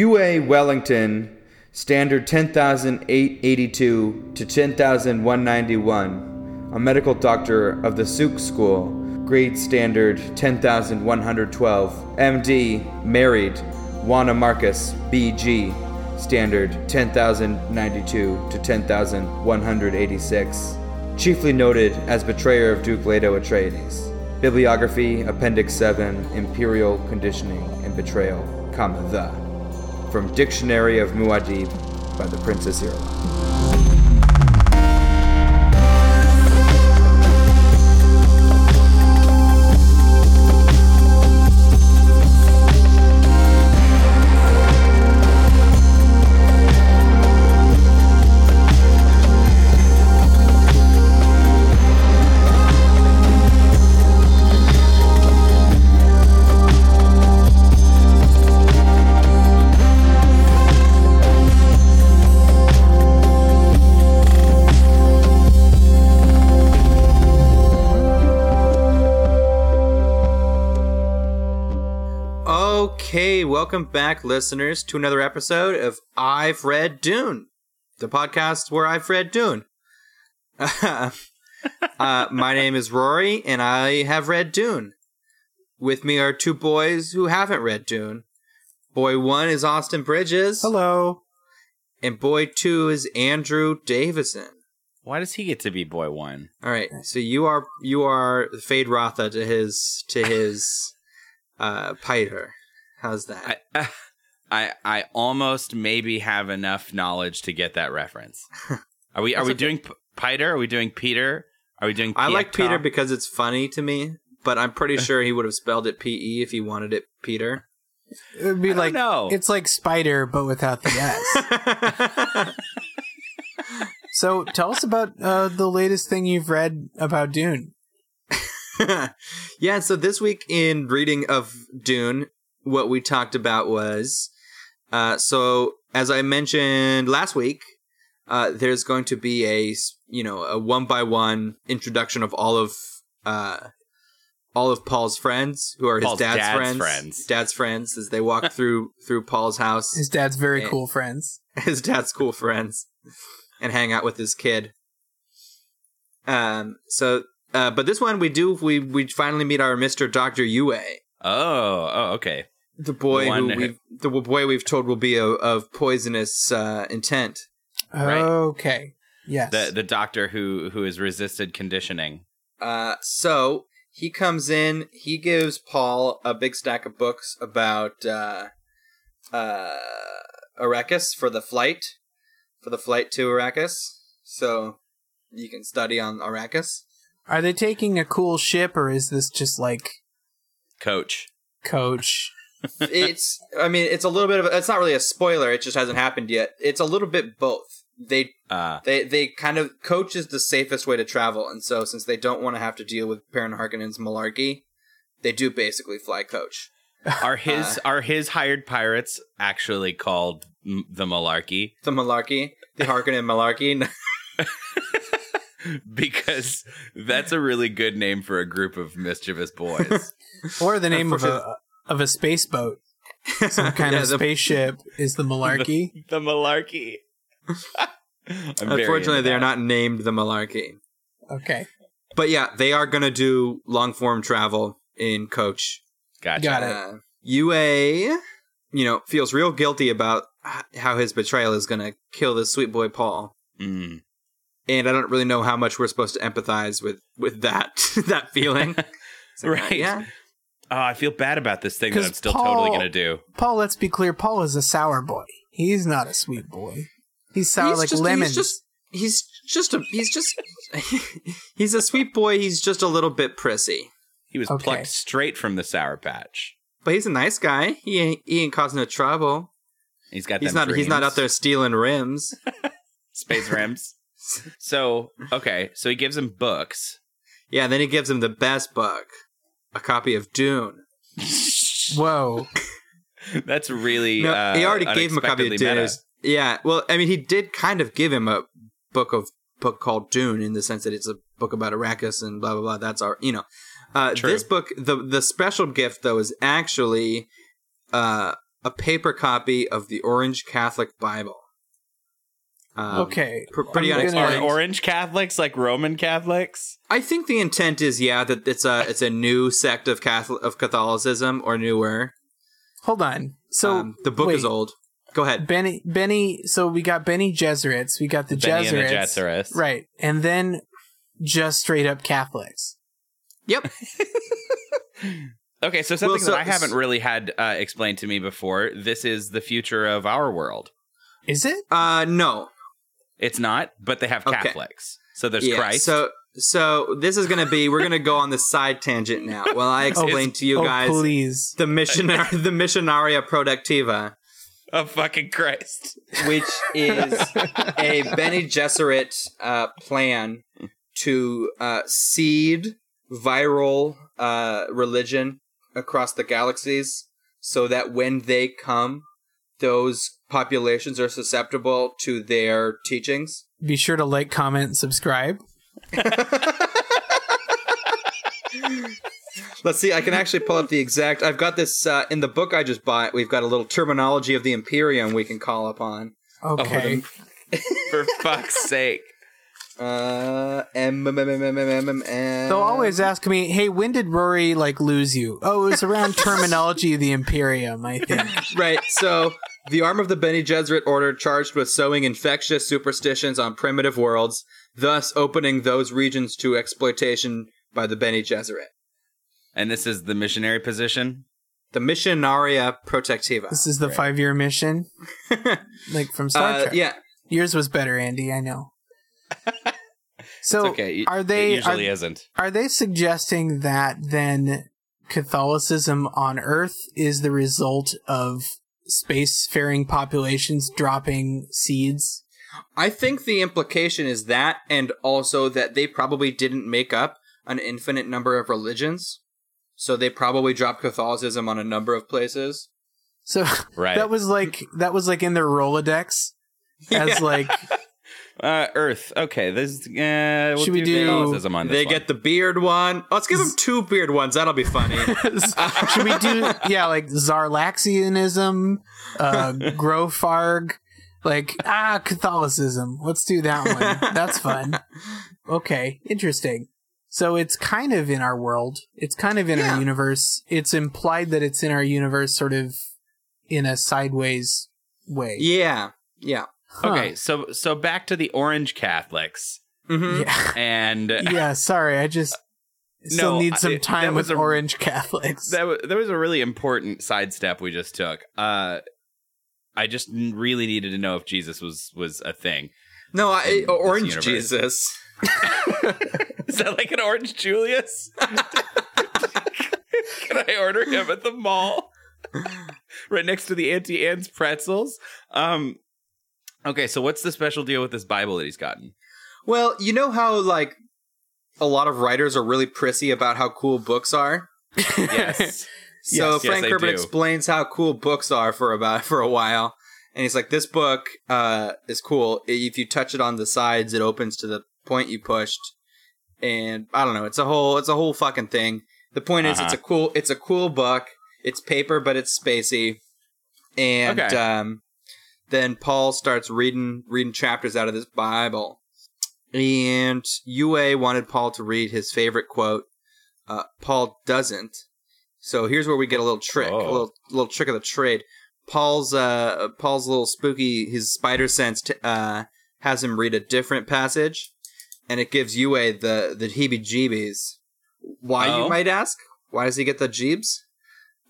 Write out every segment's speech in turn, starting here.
UA Wellington, standard 10,882 to 10,191. A medical doctor of the Souk School, grade standard 10,112. MD, married, Juana Marcus, BG, standard 10,092 to 10,186. Chiefly noted as betrayer of Duke Leto Atreides. Bibliography, Appendix 7, Imperial Conditioning and Betrayal, comma, the from Dictionary of Muad'Dib by the Princess Irulan. Okay, welcome back, listeners, to another episode of I've Read Dune, the podcast where I've read Dune. uh, my name is Rory, and I have read Dune. With me are two boys who haven't read Dune. Boy one is Austin Bridges, Hello. and boy two is Andrew Davison. Why does he get to be boy one? All right, so you are you are Fade Rotha to his to his uh, Piter. How's that? I, I I almost maybe have enough knowledge to get that reference. Are we are That's we okay. doing P- Peter? Are we doing Peter? Are we doing? I like Pietop? Peter because it's funny to me, but I'm pretty sure he would have spelled it P E if he wanted it Peter. It would be I don't like know. it's like spider but without the S. so tell us about uh, the latest thing you've read about Dune. yeah, so this week in reading of Dune, what we talked about was uh, so as I mentioned last week, uh, there's going to be a s- you know a one by one introduction of all of uh, all of Paul's friends who are his Paul's dad's, dad's friends, friends. dad's friends as they walk through through Paul's house. His dad's very Yeah. cool friends. his dad's cool friends and hang out with his kid. Um. So, uh, but this one we do we we finally meet our Mister Doctor Yue, Oh, oh, okay. the boy who One- we the boy we've told will be of, of poisonous uh, intent. Right. Okay. Yes. The the doctor who who has resisted conditioning. Uh, so he comes in. He gives Paul a big stack of books about uh, uh, Arrakis for the flight, for the flight to Arrakis. So you can study on Arrakis. Are they taking a cool ship or is this just like Coach. coach? it's i mean it's a little bit of it's not really a spoiler it just hasn't happened yet it's a little bit both they Uh, they they kind of coach is the safest way to travel and so since they don't want to have to deal with Perrin Harkonnen's malarkey they do basically fly coach are his are his hired pirates actually called m- the Malarkey? the malarkey the Harkonnen malarkey Because that's a really good name for a group of mischievous boys. Or the name of Unfortunately- a of a space boat. Some kind Yeah, of the- spaceship is the malarkey. the Malarkey. I'm very unfortunately into they are that. not named the malarkey Okay. but yeah they are going to do long form travel in coach Gotcha. Got it. Uh, UA, you know, feels real guilty about h- how his betrayal is going to kill this sweet boy Paul. Mm. And I don't really know how much we're supposed to empathize with with that that feeling. It's like, Right. Yeah. Oh, I feel bad about this thing that 'Cause I'm still Paul- totally going to do. Paul, let's be clear, Paul is a sour boy. He's not a sweet boy. He's sour He's like just- He's lemons. just he's just a he's just he's a sweet boy. He's just a little bit prissy, He was Okay. plucked straight from the Sour Patch. but he's a nice guy. He ain't he ain't causing no trouble. He's got He's them not he's not dreams. out there stealing rims. space rims. so okay, so he gives him books. Yeah. Then he gives him the best book, a copy of Dune. Whoa. That's really No, uh, he already gave him a copy of unexpectedly Dune. meta. It's- Yeah, well, I mean, he did kind of give him a book of book called Dune in the sense that it's a book about Arrakis and blah blah blah. That's our, you know, uh, True. this book. The the special gift though is actually uh, a paper copy of the Orange Catholic Bible. Um, okay. pr- pretty I'm gonna- Are unexplained. orange Catholics like Roman Catholics? I think the intent is yeah that it's a it's a new sect of Catholic of Catholicism or newer. Hold on. So um, the book is wait. old. Go ahead. Benny, Benny. So we got Benny Jesuits. We got the Benny and the Jesuits, Jesuits. right? And then just straight up Catholics. Yep. Okay, so something Well, so- that I haven't really had uh, explained to me before. This is the future of our world. Is it? Uh, no. It's not, but they have Okay. Catholics. So there's Christ. So so this is gonna be we're gonna go on the side tangent now. While I explain to you oh, guys please. the missionar the missionaria productiva, of Oh, fucking Christ. which is a Benny Gesserit uh, plan to uh, seed viral uh, religion across the galaxies, so that when they come, those populations are susceptible to their teachings. Be sure to like, comment, and subscribe. Let's see. I can actually pull up the exact. I've got this uh, in the book I just bought. We've got a little terminology of the Imperium we can call upon. Okay. For fuck's sake. Uh, M- M- M- M- M- M- M- M- They'll always ask me, "Hey, when did Rory like lose you?" Oh, it was around terminology of the Imperium, I think. right. So the arm of the Bene Gesserit order charged with sowing infectious superstitions on primitive worlds, thus opening those regions to exploitation by the Bene Gesserit. And this is the missionary position. The Missionaria Protectiva. This is the five-year mission, like from Star Uh, Trek. yeah. yours was better, Andy. I know. So, It's okay. It- are they It usually are, isn't. Are they suggesting that then Catholicism on Earth is the result of spacefaring populations dropping seeds? I think the implication is that, and also that they probably didn't make up an infinite number of religions. So they probably dropped Catholicism on a number of places. So Right. that was like that was like in their Rolodex as Yeah. like uh, Earth. Okay. This. Uh, we'll Should we do- Catholicism on this they one. get the beard one. Let's give them two beard ones. That'll be funny. should we do yeah like Zarlaxianism, uh, Grofarg, like ah Catholicism. Let's do that one. That's fun. Okay, interesting. So it's kind of in our world. It's kind of in Yeah. our universe. It's implied that it's in our universe, sort of in a sideways way. yeah. Yeah. Huh. Okay. So so back to the orange Catholics hmm Yeah. and. yeah. Sorry, I just still Mm-hmm. No, need some I- that time was with a- Orange Catholics. That was, that was a really important sidestep we just took. Uh, I just n- really needed to know if Jesus was was a thing. No, I, In this Orange universe. Jesus. Is that like an orange Julius? Can I order him at the mall? right next to the Auntie Anne's pretzels. Um, okay, so what's the special deal with this Bible that he's gotten? Well, you know how, like, a lot of writers are really prissy about how cool books are? Yes. So Yes, yes, Frank I Herbert do. explains how cool books are for about for a while, and he's like, "This book uh, is cool. If you touch it on the sides, it opens to the point you pushed." And I don't know. It's a whole. It's a whole fucking thing. The point is, it's Uh-huh. a cool. It's a cool book. It's paper, but it's spacey. And Okay. um, then Paul starts reading reading chapters out of this Bible, and UA wanted Paul to read his favorite quote. Uh, Paul doesn't. So here's where we get a little trick, a Oh. little little trick of the trade. Paul's uh Paul's little spooky his spider sense t- uh has him read a different passage, and it gives Yue the the heebie-jeebies. Why you Oh. might ask? Why does he get the jeebs?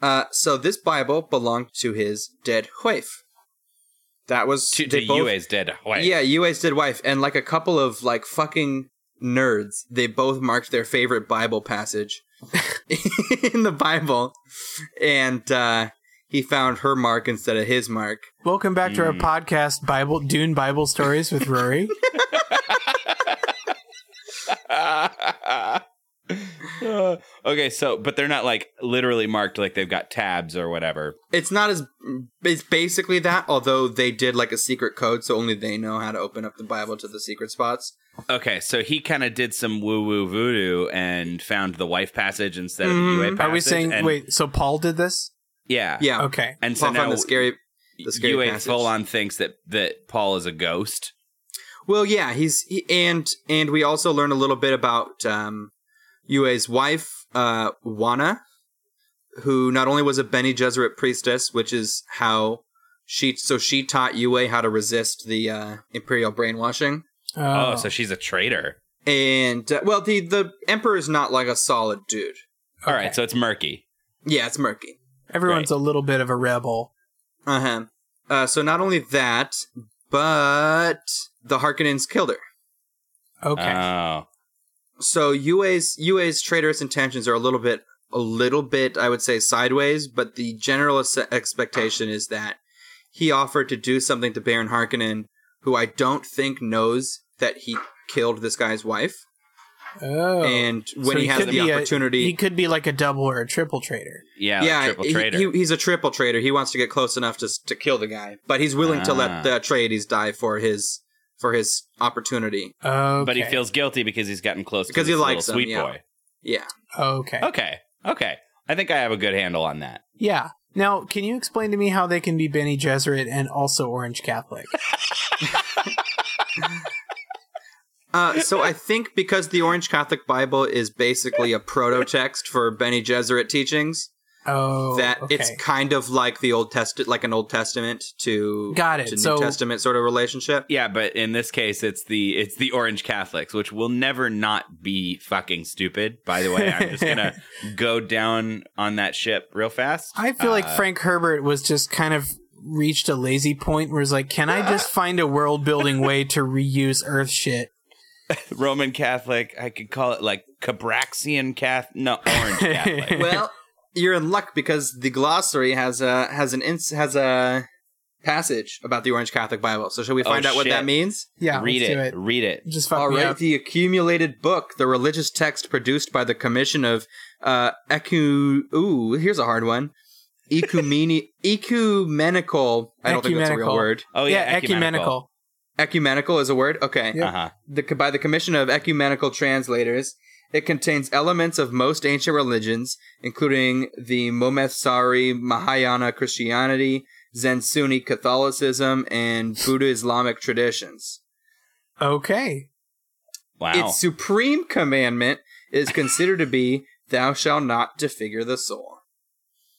Uh, so this Bible belonged to his dead wife. That was to to they both- UA's dead. Wait. yeah, UA's dead wife, and like a couple of like fucking nerds, they both marked their favorite Bible passage in the Bible, and uh, he found her mark instead of his mark. Welcome back to our Mm. podcast, Bible Dune Bible Stories with Rory. Uh, okay, so but they're not like literally marked like they've got tabs or whatever. It's not as it's basically that, although they did like a secret code, so only they know how to open up the Bible to the secret spots. Okay, so he kind of did some woo woo voodoo and found the wife passage instead of the Mhm. UA passage. Are we saying and- wait? So Paul did this? Yeah. Yeah. Okay. And so Puff now on the scary. the scary UA passage. full on thinks that that Paul is a ghost. Well, yeah, he's he, and and we also learn a little bit about um, Yue's wife, uh, Wana, who not only was a Benny Gesserit priestess, which is how she so she taught Yue how to resist the uh, imperial brainwashing. Oh, so she's a traitor. And uh, well, the the emperor is not like a solid dude. All Okay. right, so it's murky. Yeah, it's murky. everyone's a little bit of a rebel. Uh-huh. Uh So not only that, but the Harkonnens killed her. Okay. Oh. So Yue's Yue's traitorous intentions are a little bit, a little bit, I would say, sideways. But the general ex- expectation is that he offered to do something to Baron Harkonnen, who I don't think knows that he killed this guy's wife. oh. and when So he, has could be the a- opportunity, he could be like a double or a triple traitor. Yeah, yeah, yeah triple he- traitor. he- he's a triple traitor. He wants to get close enough to s- to kill the guy, but he's willing to Ah. let the Atreides die for his for his opportunity. Okay. But he feels guilty because he's gotten close Because to he this likes little him, sweet yeah. boy. Yeah. Okay. Okay. Okay. I think I have a good handle on that. Yeah. Now, can you explain to me how they can be Benny Gesserit and also Orange Catholic? Uh, so I think because the Orange Catholic Bible is basically a proto-text for Benny Gesserit teachings, Oh, that okay. it's kind of like the Old Testament, like an Old Testament to Got it. to So- New Testament sort of relationship. Yeah, but in this case, it's the it's the Orange Catholics, which will never not be fucking stupid. By the way, I'm just gonna go down on that ship real fast. I feel like Uh, Frank Herbert was just kind of reached a lazy point where he's like, "Can I just find a world building way to reuse Earth shit?" Roman Catholic. I could call it like Cabraxian Cath. No, Orange Catholic. Well, you're in luck because the glossary has a has an ins- has a passage about the Orange Catholic Bible. So shall we Oh, find out what shit. that means? Yeah, Read let's it, do it. Read it. Just fuck All me right, up. the accumulated book, the religious text produced by the Commission of uh, Ecu. Ooh, here's a hard one. Ecumeni- ecumenical. I don't think that's a real Ecumenical. word. Oh yeah, ecumenical. Ecumenical is a word. Okay. Yeah. Uh huh. The, by the Commission of Ecumenical Translators, it contains elements of most ancient religions, including the Momethsari Mahayana Christianity, Zen Sunni Catholicism, and Buddha Islamic traditions. Okay. Wow. Its supreme commandment is considered to be "Thou shalt not defigure the soul."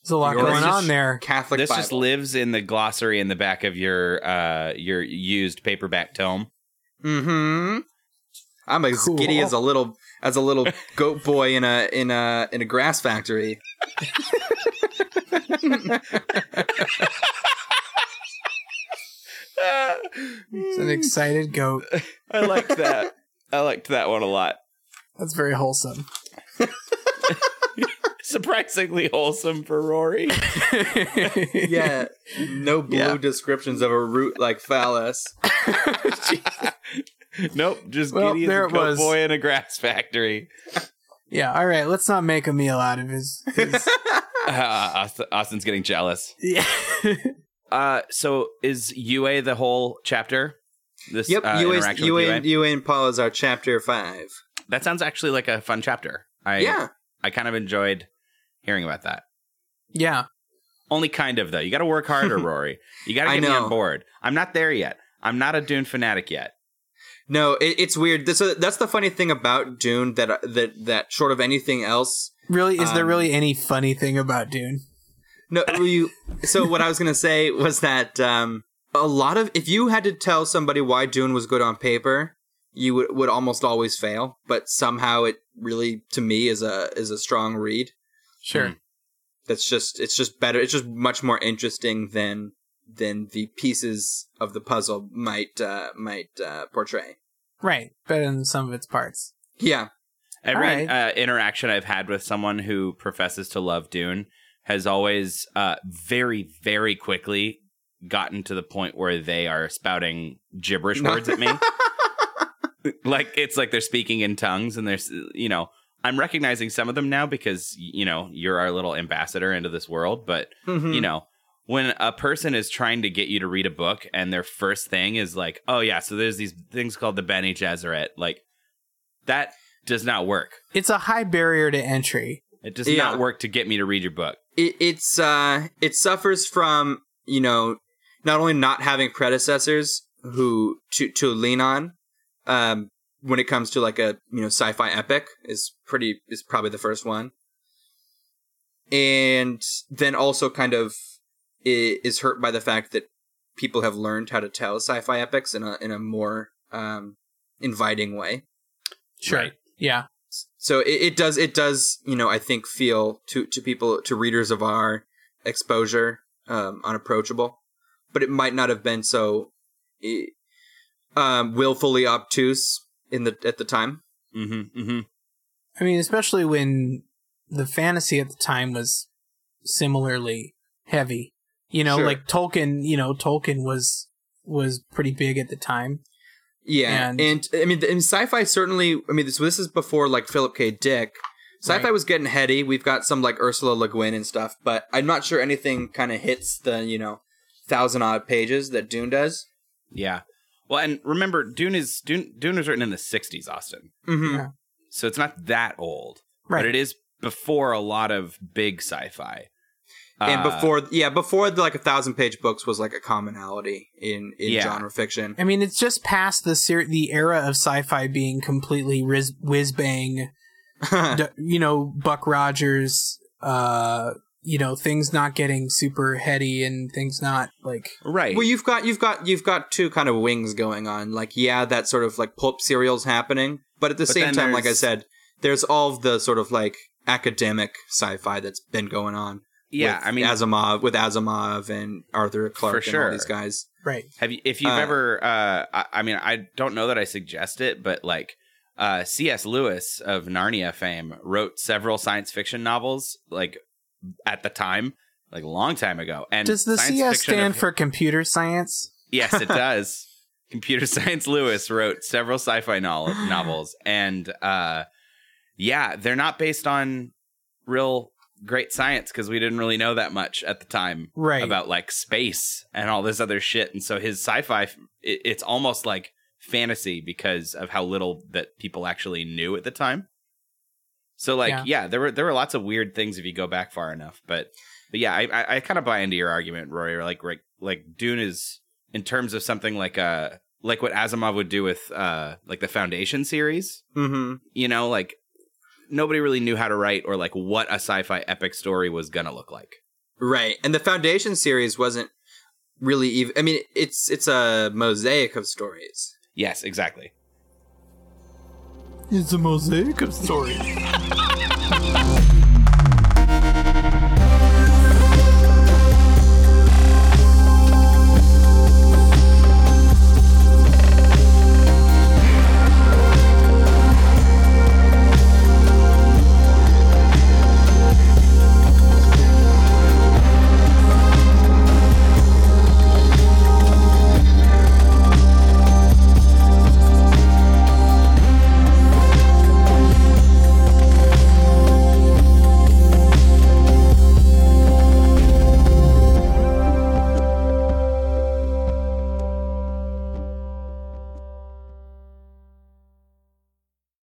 There's a lot Yours going is- on there. Catholic this Bible. just lives in the glossary in the back of your uh your used paperback tome. mm-hmm. I'm as Cool. giddy as a little as a little goat boy in a in a in a grass factory. It's an excited goat. I liked that. I liked that one a lot. That's very wholesome. Surprisingly wholesome for Rory. yeah, no blue Yeah. descriptions of a root like phallus. nope, just Well, giddy there as a it goat was. boy in a grass factory. Yeah. All right. Let's not make a meal out of his. his Uh, Aust- Austin's getting jealous. yeah. Uh, so is UA the whole chapter? This Yep, uh, UA, interaction UA, with and, UA and Paul is our chapter five. That sounds actually like a fun chapter. I yeah, I kind of enjoyed hearing about that. Yeah. Only kind of though. You got to work harder, Rory. You got to I get me know. on board. I'm not there yet. I'm not a Dune fanatic yet. no, it, it's weird. This, uh, that's the funny thing about Dune that that that short of anything else, Really? Is there Um, really any funny thing about Dune? No, well, you. So what I was gonna say was that um, a lot of if you had to tell somebody why Dune was good on paper, you would, would almost always fail. But somehow it really, to me, is a is a strong read. Sure. hmm. That's just it's just better. It's just much more interesting than than the pieces of the puzzle might uh, might uh, portray. Right. Better than some of its parts. Yeah, Every All right. uh, interaction I've had with someone who professes to love Dune has always uh, very, very quickly gotten to the point where they are spouting gibberish No. words at me. like it's like they're speaking in tongues, and there's you know I'm recognizing some of them now because you know you're our little ambassador into this world, but Mhm. you know when a person is trying to get you to read a book and their first thing is like oh yeah so there's these things called the Bene Gesserit like that does not work It's a high barrier to entry. It does Yeah. not work to get me to read your book. it, it's uh it suffers from you know not only not having predecessors who to to lean on um when it comes to like a you know sci-fi epic is pretty is probably the first one and then also kind of i- is hurt by the fact that people have learned how to tell sci-fi epics in a in a more um inviting way Sure. Right. Yeah. so it, it does it does you know i think feel to to people to readers of our exposure um unapproachable but it might not have been so eh, um willfully obtuse in the at the time Mm-hmm. Mm-hmm. I mean, especially when the fantasy at the time was similarly heavy. You know, Sure. like Tolkien. You know, Tolkien was was pretty big at the time. yeah and, And- i mean in sci-fi certainly i mean this this is before like philip k dick sci-fi Right. was getting heady we've got some like ursula le guin and stuff but i'm not sure anything kind of hits the you know thousand odd pages that dune does Yeah. Well, and remember, Dune is Dune, Dune was written in the '60s, Austin, mm-hmm. Yeah. so it's not that old, Right. but it is before a lot of big sci-fi. and Uh, before yeah before the, like a thousand page books was like a commonality in in Yeah. genre fiction I mean, it's just past the ser- the era of sci-fi being completely riz- whiz bang. d- you know, Buck Rogers. Uh, you know, things not getting super heady and things not like Uh, right? well you've got you've got you've got two kind of wings going on like yeah that sort of like pulp serials happening but at the But same then time like i there's- said there's all of the sort of like academic sci-fi that's been going on yeah, with I mean, asimov with asimov and arthur clarke For and all sure. these guys right. Have you, if you've Uh, ever, uh, I, I mean, I don't know that I suggest it, but like, uh, C.S. Lewis of Narnia fame wrote several science fiction novels, like at the time, like a long time ago. And Does the science CS fiction stand of- for computer science? Yes, it does. Computer Science Lewis wrote several sci-fi no- novels, and uh, yeah, they're not based on real great science because we didn't really know that much at the time Right. about like space and all this other shit. And so his sci-fi, f- it, it's almost like fantasy because of how little that people actually knew at the time. So like, Yeah. yeah, there were there were lots of weird things if you go back far enough, but but yeah, I I, I kind of buy into your argument, Rory. or Like like like Dune is in terms of something like uh like what Asimov would do with uh like the Foundation series mm-hmm you know, like nobody really knew how to write or like what a sci-fi epic story was gonna look like. Right. And the Foundation series wasn't really even I mean it's it's a mosaic of stories. Yes, exactly. It's a mosaic of stories.